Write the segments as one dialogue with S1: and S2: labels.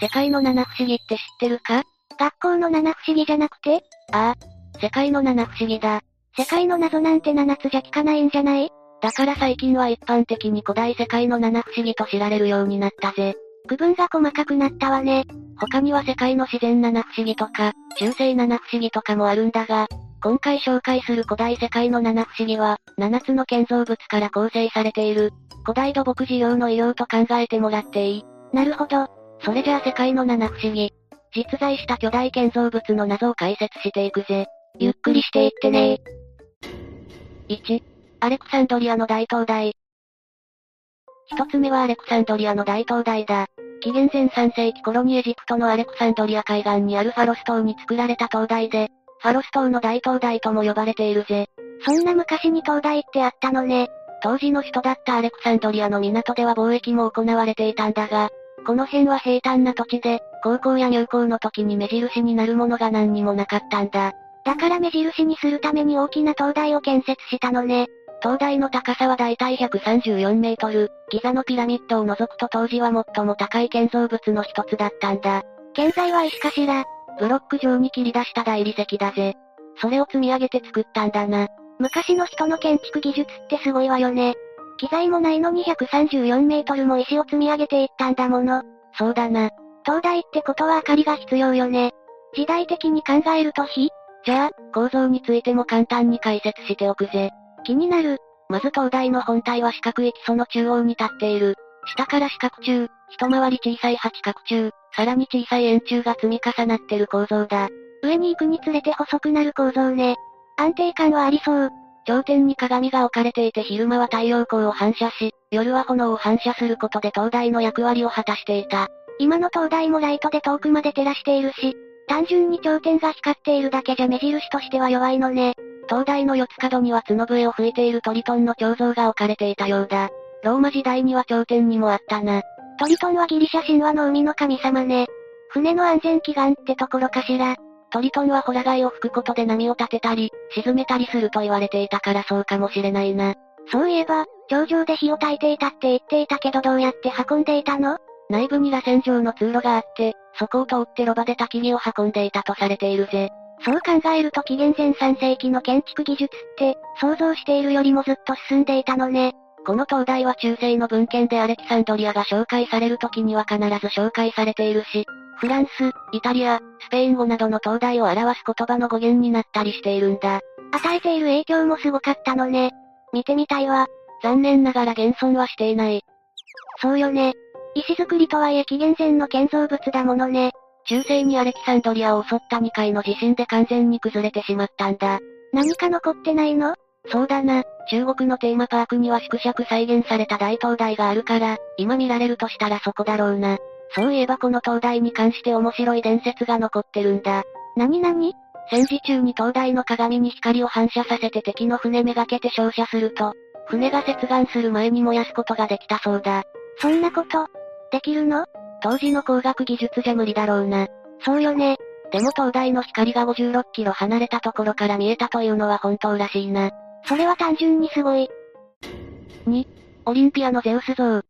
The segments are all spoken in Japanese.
S1: 世界の七不思議って知ってるか学校の七不思議じゃなくてああ、世界の七不思議だ。世界の謎なんて七つじゃ聞かないんじゃないだから最近は一般的に古代世界の七不思議と知られるようになったぜ。区分が細かくなったわね。他には世界の自然七不思議とか、中世七不思議とかもあるんだが、今回紹介する古代世界の七不思議は、七つの建造物から構成されている、古代土木事業の異様と考えてもらっていいなるほど。それじゃあ世界の七不思議。実在した巨大建造物の謎を解説していくぜ。ゆっくりしていってね1、アレクサンドリアの大灯台。一つ目はアレクサンドリアの大灯台だ。紀元前3世紀頃にエジプトのアレクサンドリア海岸にあるファロス島に作られた灯台で、ファロス島の大灯台とも呼ばれているぜ。そんな昔に灯台ってあったのね。当時の首都だったアレクサンドリアの港では貿易も行われていたんだが、この辺は平坦な土地で、航行や入港の時に目印になるものが何にもなかったんだ。だから目印にするために大きな灯台を建設したのね。灯台の高さはだいたい134メートル、ギザのピラミッドを除くと当時は最も高い建造物の一つだったんだ。現在は石かしら、ブロック状に切り出した大理石だぜ。それを積み上げて作ったんだな。昔の人の建築技術ってすごいわよね。機材もないのに134メートルも石を積み上げていったんだもの。そうだな。灯台ってことは明かりが必要よね。時代的に考えると火じゃあ、構造についても簡単に解説しておくぜ。気になる。まず灯台の本体は四角い基礎の中央に立っている。下から四角柱、一回り小さい八角柱、さらに小さい円柱が積み重なってる構造だ。上に行くにつれて細くなる構造ね。安定感はありそう。頂点に鏡が置かれていて昼間は太陽光を反射し、夜は炎を反射することで灯台の役割を果たしていた。今の灯台もライトで遠くまで照らしているし、単純に頂点が光っているだけじゃ目印としては弱いのね。灯台の四つ角には角笛を吹いているトリトンの彫像が置かれていたようだ。ローマ時代には頂点にもあったな。トリトンはギリシャ神話の海の神様ね。船の安全祈願ってところかしら。トリトンはホラ貝を吹くことで波を立てたり、沈めたりすると言われていたからそうかもしれないな。そういえば、頂上で火を焚いていたって言っていたけどどうやって運んでいたの内部に螺旋状の通路があって、そこを通ってロバで焚き火を運んでいたとされているぜ。そう考えると紀元前3世紀の建築技術って、想像しているよりもずっと進んでいたのね。この灯台は中世の文献でアレキサンドリアが紹介される時には必ず紹介されているし、フランス、イタリア、スペイン語などの灯台を表す言葉の語源になったりしているんだ。与えている影響もすごかったのね。見てみたいわ。残念ながら現存はしていない。そうよね。石造りとはいえ紀元前の建造物だものね。中世にアレキサンドリアを襲った2回の地震で完全に崩れてしまったんだ。何か残ってないのそうだな。中国のテーマパークには縮尺再現された大灯台があるから、今見られるとしたらそこだろうな。そういえばこの灯台に関して面白い伝説が残ってるんだ。なになに戦時中に灯台の鏡に光を反射させて敵の船めがけて照射すると、船が接岸する前に燃やすことができたそうだ。そんなこと、できるの当時の工学技術じゃ無理だろうな。そうよね。でも灯台の光が56キロ離れたところから見えたというのは本当らしいな。それは単純にすごい。2、オリンピアのゼウス像。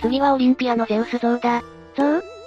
S1: 次はオリンピアのゼウス像だ。像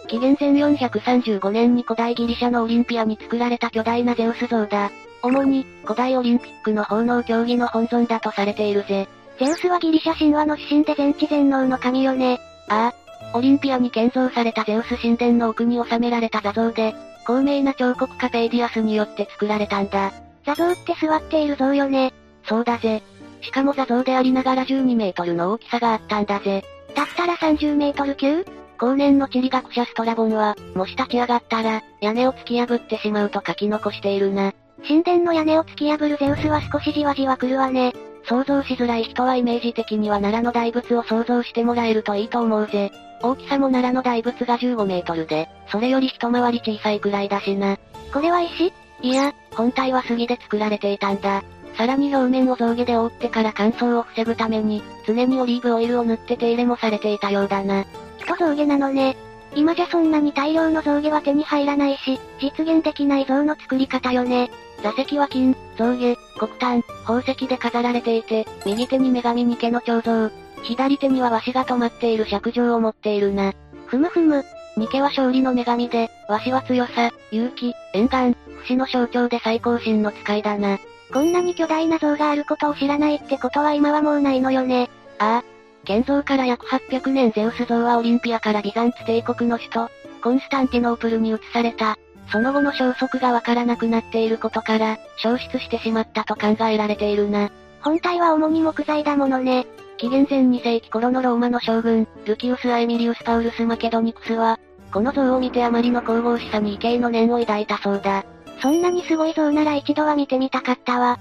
S1: 紀元前435年に古代ギリシャのオリンピアに作られた巨大なゼウス像だ。主に、古代オリンピックの奉納競技の本尊だとされているぜ。ゼウスはギリシャ神話の神で全知全能の神よね。ああ。オリンピアに建造されたゼウス神殿の奥に収められた座像で、高名な彫刻家ペイディアスによって作られたんだ。座像って座っている像よね。そうだぜ。しかも座像でありながら12メートルの大きさがあったんだぜ。だったら30メートル級後年の地理学者ストラボンは、もし立ち上がったら、屋根を突き破ってしまうと書き残しているな。神殿の屋根を突き破るゼウスは少しじわじわ来るわね。想像しづらい人はイメージ的には奈良の大仏を想像してもらえるといいと思うぜ。大きさも奈良の大仏が15メートルで、それより一回り小さいくらいだしな。これは石いや、本体は杉で作られていたんだ。さらに表面を象牙で覆ってから乾燥を防ぐために、常にオリーブオイルを塗って手入れもされていたようだな。と象牙なのね。今じゃそんなに大量の象牙は手に入らないし、実現できない像の作り方よね。座席は金、象牙、黒炭、宝石で飾られていて、右手に女神に毛の彫像、左手には鷲が止まっている尺状を持っているな。ふむふむ。ニケは勝利の女神で、鷲は強さ、勇気、沿岸、節の象徴で最高神の使いだな。こんなに巨大な像があることを知らないってことは今はもうないのよね。ああ。現像から約800年ゼウス像はオリンピアからビザンツ帝国の首都、コンスタンティノープルに移された。その後の消息がわからなくなっていることから、消失してしまったと考えられているな。本体は主に木材だものね。紀元前2世紀頃のローマの将軍、ルキウス・アエミリウス・パウルス・マケドニクスは、この像を見てあまりの神々しさに畏敬の念を抱いたそうだ。そんなにすごい像なら一度は見てみたかったわ。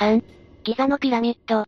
S1: 3、ギザのピラミッド。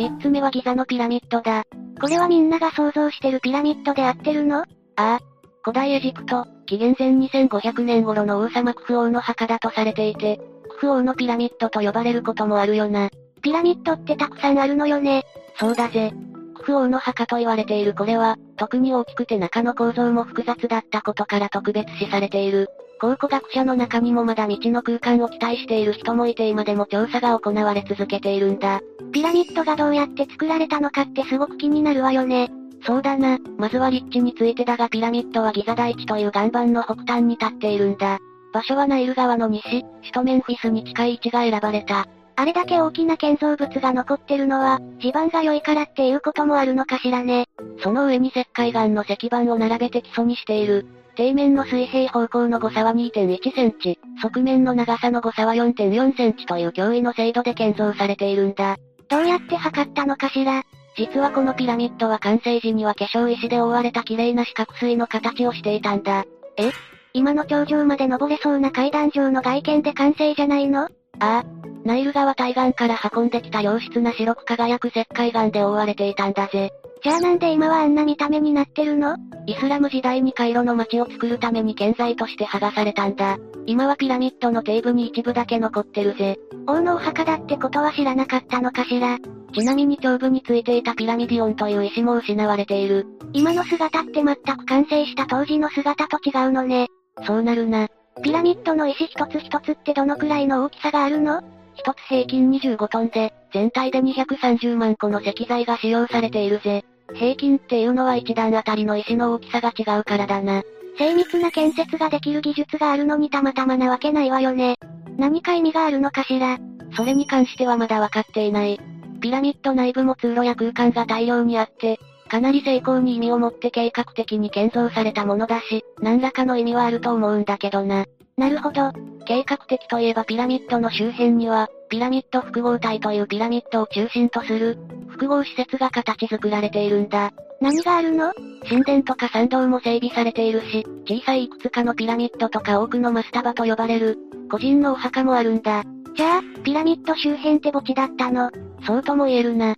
S1: 3つ目はギザのピラミッドだ。これはみんなが想像してるピラミッドで合ってるのああ。古代エジプト、紀元前2500年頃の王様クフ王の墓だとされていて、クフ王のピラミッドと呼ばれることもあるよな。ピラミッドってたくさんあるのよね。そうだぜ。クフ王の墓と言われているこれは、特に大きくて中の構造も複雑だったことから特別視されている。考古学者の中にもまだ未知の空間を期待している人もいて今でも調査が行われ続けているんだ。ピラミッドがどうやって作られたのかってすごく気になるわよね。そうだな、まずは立地についてだがピラミッドはギザ大地という岩盤の北端に立っているんだ。場所はナイル川の西、首都メンフィスに近い位置が選ばれた。あれだけ大きな建造物が残ってるのは、地盤が良いからっていうこともあるのかしらね。その上に石灰岩の石板を並べて基礎にしている。底面の水平方向の誤差は2.1センチ、側面の長さの誤差は4.4センチという驚異の精度で建造されているんだ。どうやって測ったのかしら実はこのピラミッドは完成時には化粧石で覆われた綺麗な四角錐の形をしていたんだ。え今の頂上まで登れそうな階段上の外見で完成じゃないのああ。ナイル川対岸から運んできた良質な白く輝く石灰岩で覆われていたんだぜ。じゃあなんで今はあんな見た目になってるのイスラム時代にカイロの街を作るために建材として剥がされたんだ。今はピラミッドの底部に一部だけ残ってるぜ。王のお墓だってことは知らなかったのかしらちなみに胸部についていたピラミディオンという石も失われている。今の姿って全く完成した当時の姿と違うのね。そうなるな。ピラミッドの石一つ一つってどのくらいの大きさがあるの一つ平均25トンで、全体で230万個の石材が使用されているぜ。平均っていうのは一段あたりの石の大きさが違うからだな。精密な建設ができる技術があるのにたまたまなわけないわよね。何か意味があるのかしら。それに関してはまだわかっていない。ピラミッド内部も通路や空間が大量にあって、かなり成功に意味を持って計画的に建造されたものだし、何らかの意味はあると思うんだけどな。なるほど。計画的といえばピラミッドの周辺には、ピラミッド複合体というピラミッドを中心とする、複合施設が形作られているんだ。何があるの神殿とか参道も整備されているし、小さいいくつかのピラミッドとか多くのマスタバと呼ばれる、個人のお墓もあるんだ。じゃあ、ピラミッド周辺って墓地だったのそうとも言えるな。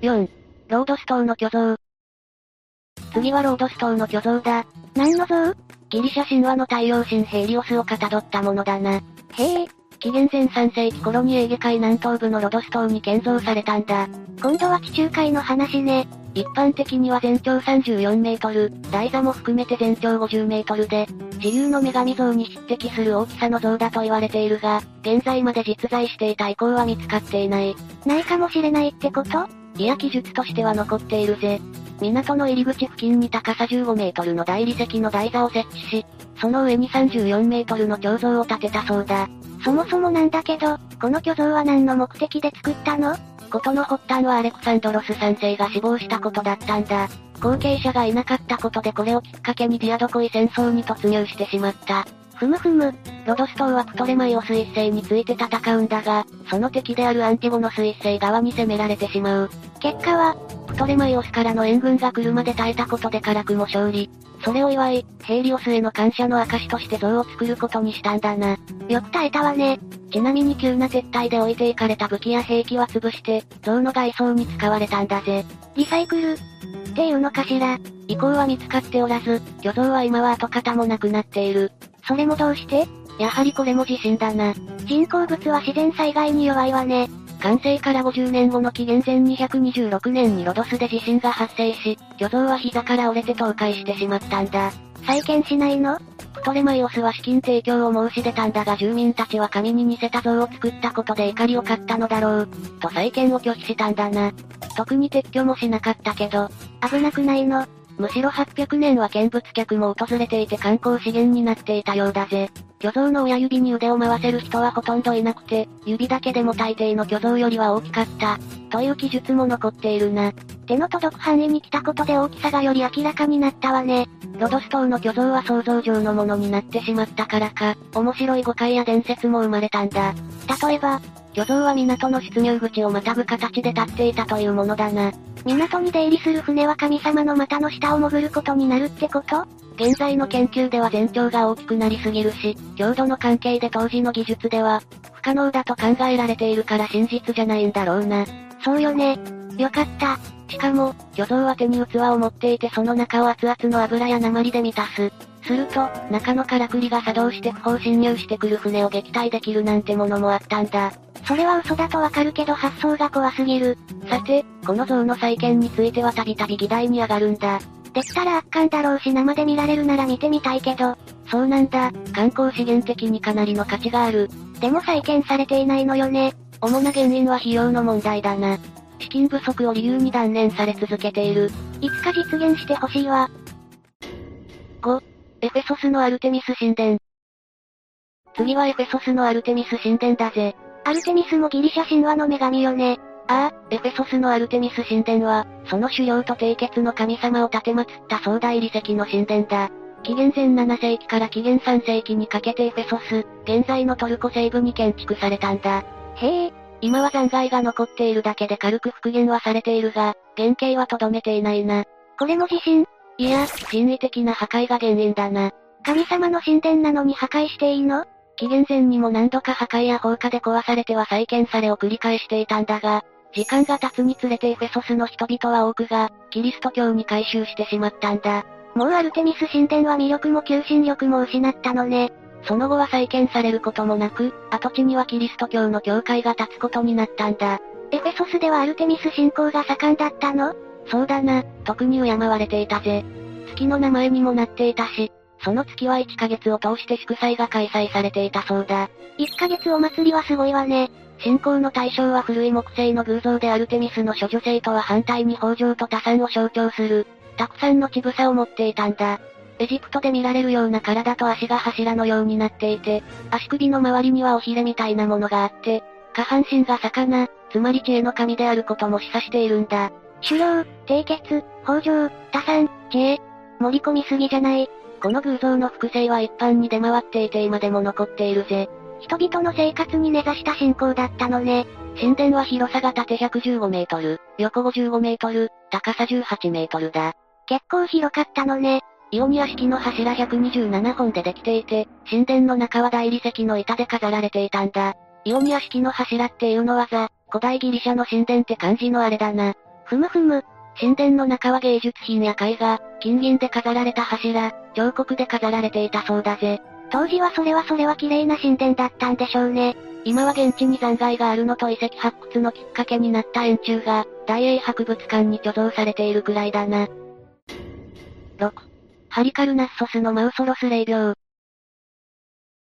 S1: 4、ロードス島の巨像。次はロードス島の巨像だ。何の像ギリシャ神話の太陽神ヘリオスをかたどったものだな。へえ。紀元前3世紀頃にエーゲ海南東部のロドス島に建造されたんだ。今度は地中海の話ね。一般的には全長34メートル、台座も含めて全長50メートルで、自由の女神像に匹敵する大きさの像だと言われているが、現在まで実在していた遺構は見つかっていない。ないかもしれないってこといや記述としては残っているぜ。港の入り口付近に高さ15メートルの大理石の台座を設置し、その上に34メートルの彫像を建てたそうだ。そもそもなんだけど、この巨像は何の目的で作ったのことの発端はアレクサンドロス3世が死亡したことだったんだ。後継者がいなかったことでこれをきっかけにディアドコイ戦争に突入してしまった。ふむふむ、ロドス島はプトレマイオス一世について戦うんだが、その敵であるアンティゴノス一世側に攻められてしまう。結果は、プトレマイオスからの援軍が車で耐えたことで辛くも勝利。それを祝い、ヘイリオスへの感謝の証として像を作ることにしたんだな。よく耐えたわね。ちなみに急な撤退で置いていかれた武器や兵器は潰して、像の外装に使われたんだぜ。リサイクル。して言うのかしら。遺構は見つかっておらず、巨像は今は跡形もなくなっている。それもどうしてやはりこれも地震だな。人工物は自然災害に弱いわね。完成から50年後の紀元前226年にロドスで地震が発生し、巨像は膝から折れて倒壊してしまったんだ。再建しないのプトレマイオスは資金提供を申し出たんだが住民たちは神に似せた像を作ったことで怒りを買ったのだろう、と再建を拒否したんだな。特に撤去もしなかったけど、危なくないのむしろ800年は見物客も訪れていて観光資源になっていたようだぜ。巨像の親指に腕を回せる人はほとんどいなくて、指だけでも大抵の巨像よりは大きかった、という記述も残っているな。手の届く範囲に来たことで大きさがより明らかになったわね。ロドス島の巨像は想像上のものになってしまったからか、面白い誤解や伝説も生まれたんだ。例えば、巨像は港の出入口をまたぐ形で立っていたというものだな。港に出入りする船は神様の股の下を潜ることになるってこと現在の研究では全長が大きくなりすぎるし、強度の関係で当時の技術では、不可能だと考えられているから真実じゃないんだろうな。そうよね。よかった。しかも、巨像は手に器を持っていてその中を熱々の油や鉛で満たす。すると、中のからくりが作動して不法侵入してくる船を撃退できるなんてものもあったんだ。それは嘘だとわかるけど発想が怖すぎる。さて、この像の再建についてはたびたび議題に上がるんだ。できたら圧巻だろうし生で見られるなら見てみたいけど。そうなんだ。観光資源的にかなりの価値がある。でも再建されていないのよね。主な原因は費用の問題だな。資金不足を理由に断念され続けている。いつか実現してほしいわ。5、エフェソスのアルテミス神殿。次はエフェソスのアルテミス神殿だぜ。アルテミスもギリシャ神話の女神よね。ああ、エフェソスのアルテミス神殿は、その狩猟と締結の神様を建て祀った壮大理石の神殿だ。紀元前7世紀から紀元3世紀にかけてエフェソス、現在のトルコ西部に建築されたんだ。へえ、今は残骸が残っているだけで軽く復元はされているが、原型はとどめていないな。これも地震いや、人為的な破壊が原因だな。神様の神殿なのに破壊していいの紀元前にも何度か破壊や放火で壊されては再建されを繰り返していたんだが、時間が経つにつれてエフェソスの人々は多くが、キリスト教に改宗してしまったんだ。もうアルテミス神殿は魅力も求心力も失ったのね。その後は再建されることもなく、跡地にはキリスト教の教会が立つことになったんだ。エフェソスではアルテミス信仰が盛んだったのそうだな、特に敬われていたぜ。月の名前にもなっていたし、その月は1ヶ月を通して祝祭が開催されていたそうだ。1ヶ月お祭りはすごいわね。信仰の対象は古い木製の偶像でアルテミスの処女性とは反対に豊穣と多産を象徴する、たくさんの乳房を持っていたんだ。エジプトで見られるような体と足が柱のようになっていて、足首の周りにはおひれみたいなものがあって、下半身が魚、つまり知恵の神であることも示唆しているんだ。狩猟、締結、豊穣、多産、知恵。盛り込みすぎじゃない。この偶像の複製は一般に出回っていて今でも残っているぜ。人々の生活に根ざした信仰だったのね。神殿は広さが縦115メートル、横55メートル、高さ18メートルだ。結構広かったのね。イオニア式の柱127本でできていて、神殿の中は大理石の板で飾られていたんだ。イオニア式の柱っていうのはザ、古代ギリシャの神殿って感じのあれだな。ふむふむ。神殿の中は芸術品や絵画、金銀で飾られた柱、彫刻で飾られていたそうだぜ。当時はそれはそれは綺麗な神殿だったんでしょうね。今は現地に残骸があるのと遺跡発掘のきっかけになった円柱が、大英博物館に貯蔵されているくらいだな。6、ハリカルナッソスのマウソロス霊病。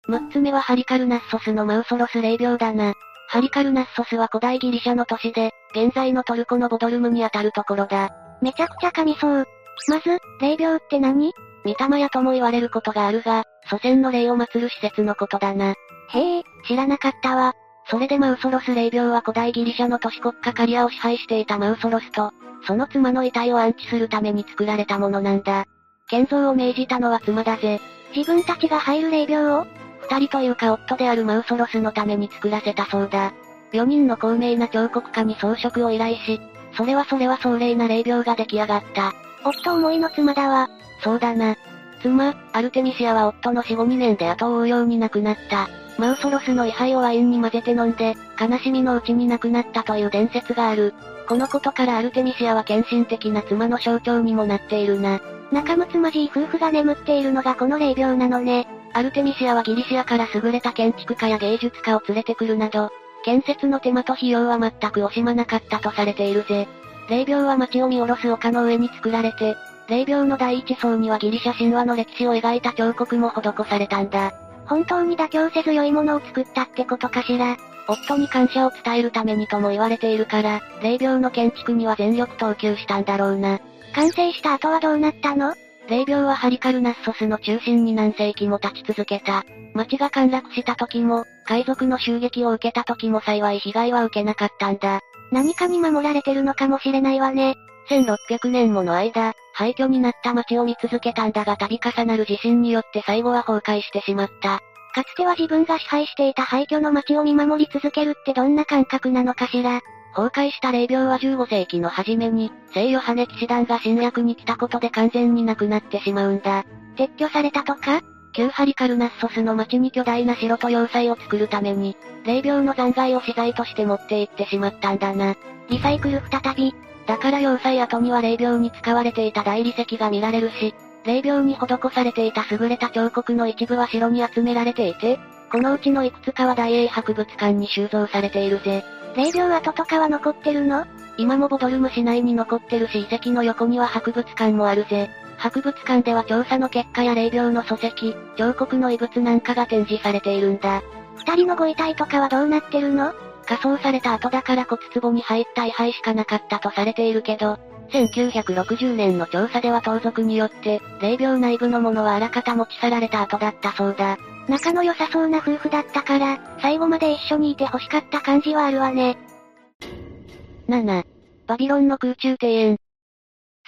S1: 6つ目はハリカルナッソスのマウソロス霊病だな。ハリカルナッソスは古代ギリシャの都市で、現在のトルコのボドルムにあたるところだ。めちゃくちゃ神そう。まず、霊病って何御霊やとも言われることがあるが、祖先の霊を祀る施設のことだな。へえ、知らなかったわ。それでマウソロス霊病は古代ギリシャの都市国家カリアを支配していたマウソロスと、その妻の遺体を安置するために作られたものなんだ。建造を命じたのは妻だぜ。自分たちが入る霊廟を二人というか夫であるマウソロスのために作らせたそうだ。四人の高名な彫刻家に装飾を依頼し、それはそれは壮麗な霊廟が出来上がった。夫思いの妻だわ。そうだな。妻、アルテミシアは夫の死後2年で後を追うように亡くなった。マウソロスの位牌をワインに混ぜて飲んで、悲しみのうちに亡くなったという伝説がある。このことからアルテミシアは献身的な妻の象徴にもなっているな。仲睦まじい夫婦が眠っているのがこの霊廟なのね。アルテミシアはギリシアから優れた建築家や芸術家を連れてくるなど、建設の手間と費用は全く惜しまなかったとされているぜ。霊廟は町を見下ろす丘の上に作られて、霊廟の第一層にはギリシャ神話の歴史を描いた彫刻も施されたんだ。本当に妥協せず良いものを作ったってことかしら。夫に感謝を伝えるためにとも言われているから、霊廟の建築には全力投球したんだろうな。完成した後はどうなったの霊廟はハリカルナッソスの中心に何世紀も立ち続けた。町が陥落した時も、海賊の襲撃を受けた時も幸い被害は受けなかったんだ。何かに守られてるのかもしれないわね。1600年もの間、廃墟になった町を見続けたんだが度重なる地震によって最後は崩壊してしまった。かつては自分が支配していた廃墟の町を見守り続けるってどんな感覚なのかしら。崩壊した霊廟は15世紀の初めに、聖ヨハネ騎士団が侵略に来たことで完全になくなってしまうんだ。撤去されたとか旧ハリカルナッソスの町に巨大な城と要塞を作るために、霊廟の残骸を資材として持って行ってしまったんだな。リサイクル再び。だから要塞跡には霊廟に使われていた大理石が見られるし、霊廟に施されていた優れた彫刻の一部は城に集められていて、このうちのいくつかは大英博物館に収蔵されているぜ。霊廟跡とかは残ってるの今もボドルム市内に残ってるし遺跡の横には博物館もあるぜ。博物館では調査の結果や霊廟の礎石、彫刻の遺物なんかが展示されているんだ。二人のご遺体とかはどうなってるの仮装された後だから骨壺に入った遺灰しかなかったとされているけど、1960年の調査では盗賊によって、霊廟内部のものはあらかた持ち去られた後だったそうだ。仲の良さそうな夫婦だったから、最後まで一緒にいて欲しかった感じはあるわね。7、バビロンの空中庭園。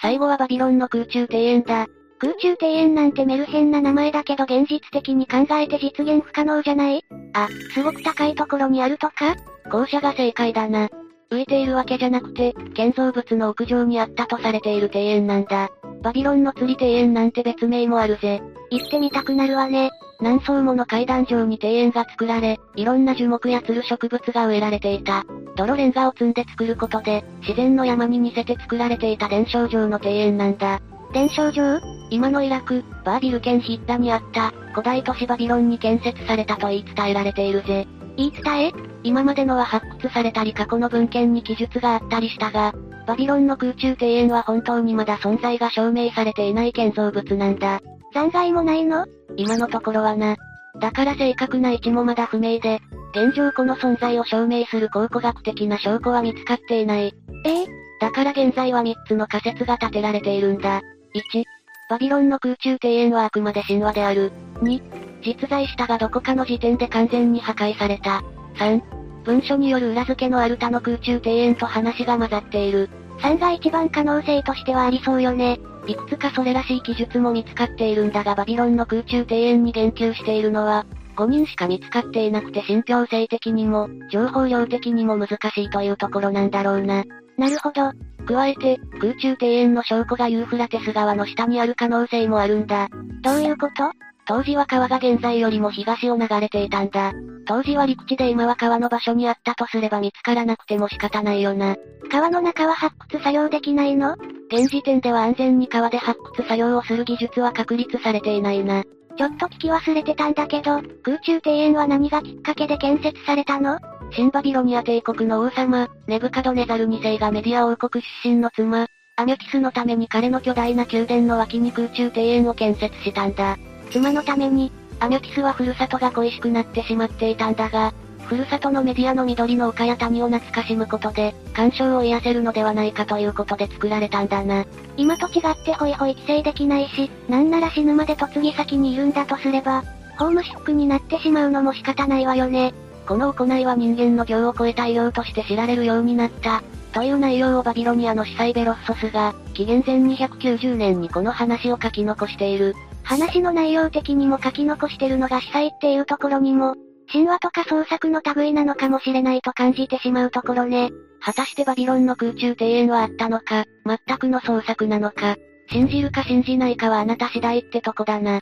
S1: 最後はバビロンの空中庭園だ。空中庭園なんてメルヘンな名前だけど現実的に考えて実現不可能じゃないあ、すごく高いところにあるとか校舎が正解だな。浮いているわけじゃなくて、建造物の屋上にあったとされている庭園なんだ。バビロンの釣り庭園なんて別名もあるぜ。行ってみたくなるわね。何層もの階段上に庭園が作られ、いろんな樹木やつる植物が植えられていた。泥レンガを積んで作ることで、自然の山に似せて作られていた伝承城の庭園なんだ。伝承城今のイラク、バービル県ヒッダにあった、古代都市バビロンに建設されたと言い伝えられているぜ。言い伝え今までのは発掘されたり過去の文献に記述があったりしたが、バビロンの空中庭園は本当にまだ存在が証明されていない建造物なんだ。残骸もないの今のところはな。だから正確な位置もまだ不明で、現状この存在を証明する考古学的な証拠は見つかっていない。ええだから現在は3つの仮説が立てられているんだ。1、バビロンの空中庭園はあくまで神話である。2、実在したがどこかの時点で完全に破壊された。3、文書による裏付けのアルタの空中庭園と話が混ざっている。3が一番可能性としてはありそうよね。いくつかそれらしい記述も見つかっているんだがバビロンの空中庭園に言及しているのは、5人しか見つかっていなくて信憑性的にも、情報量的にも難しいというところなんだろうな。なるほど。加えて、空中庭園の証拠がユーフラテス川の下にある可能性もあるんだ。どういうこと当時は川が現在よりも東を流れていたんだ。当時は陸地で今は川の場所にあったとすれば見つからなくても仕方ないよな。川の中は発掘作業できないの現時点では安全に川で発掘作業をする技術は確立されていないな。ちょっと聞き忘れてたんだけど、空中庭園は何がきっかけで建設されたの新バビロニア帝国の王様、ネブカドネザル2世がメディア王国出身の妻、アミュキスのために彼の巨大な宮殿の脇に空中庭園を建設したんだ。妻のために、アミュキスはふるさとが恋しくなってしまっていたんだが、ふるさとのメディアの緑の丘や谷を懐かしむことで、干渉を癒せるのではないかということで作られたんだな。今と違ってホイホイ帰省できないし、なんなら死ぬまで嫁ぎ先にいるんだとすれば、ホームシックになってしまうのも仕方ないわよね。この行いは人間の行を超えた医療として知られるようになった。という内容をバビロニアの司祭ベロッソスが、紀元前290年にこの話を書き残している。話の内容的にも書き残してるのが司祭っていうところにも、神話とか創作の類なのかもしれないと感じてしまうところね。果たしてバビロンの空中庭園はあったのか、全くの創作なのか、信じるか信じないかはあなた次第ってとこだな。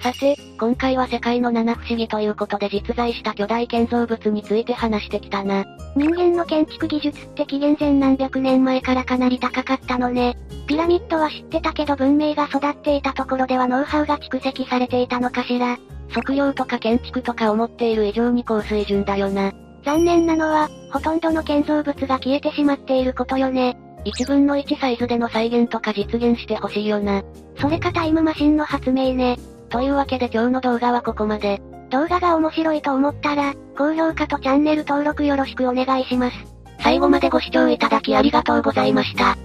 S1: さて、今回は世界の七不思議ということで実在した巨大建造物について話してきたな。人間の建築技術って紀元前何百年前からかなり高かったのね。ピラミッドは知ってたけど文明が育っていたところではノウハウが蓄積されていたのかしら。測量とか建築とか思っている以上に高水準だよな。残念なのは、ほとんどの建造物が消えてしまっていることよね。一分の一サイズでの再現とか実現してほしいよな。それかタイムマシンの発明ね。というわけで今日の動画はここまで。動画が面白いと思ったら、高評価とチャンネル登録よろしくお願いします。最後までご視聴いただきありがとうございました。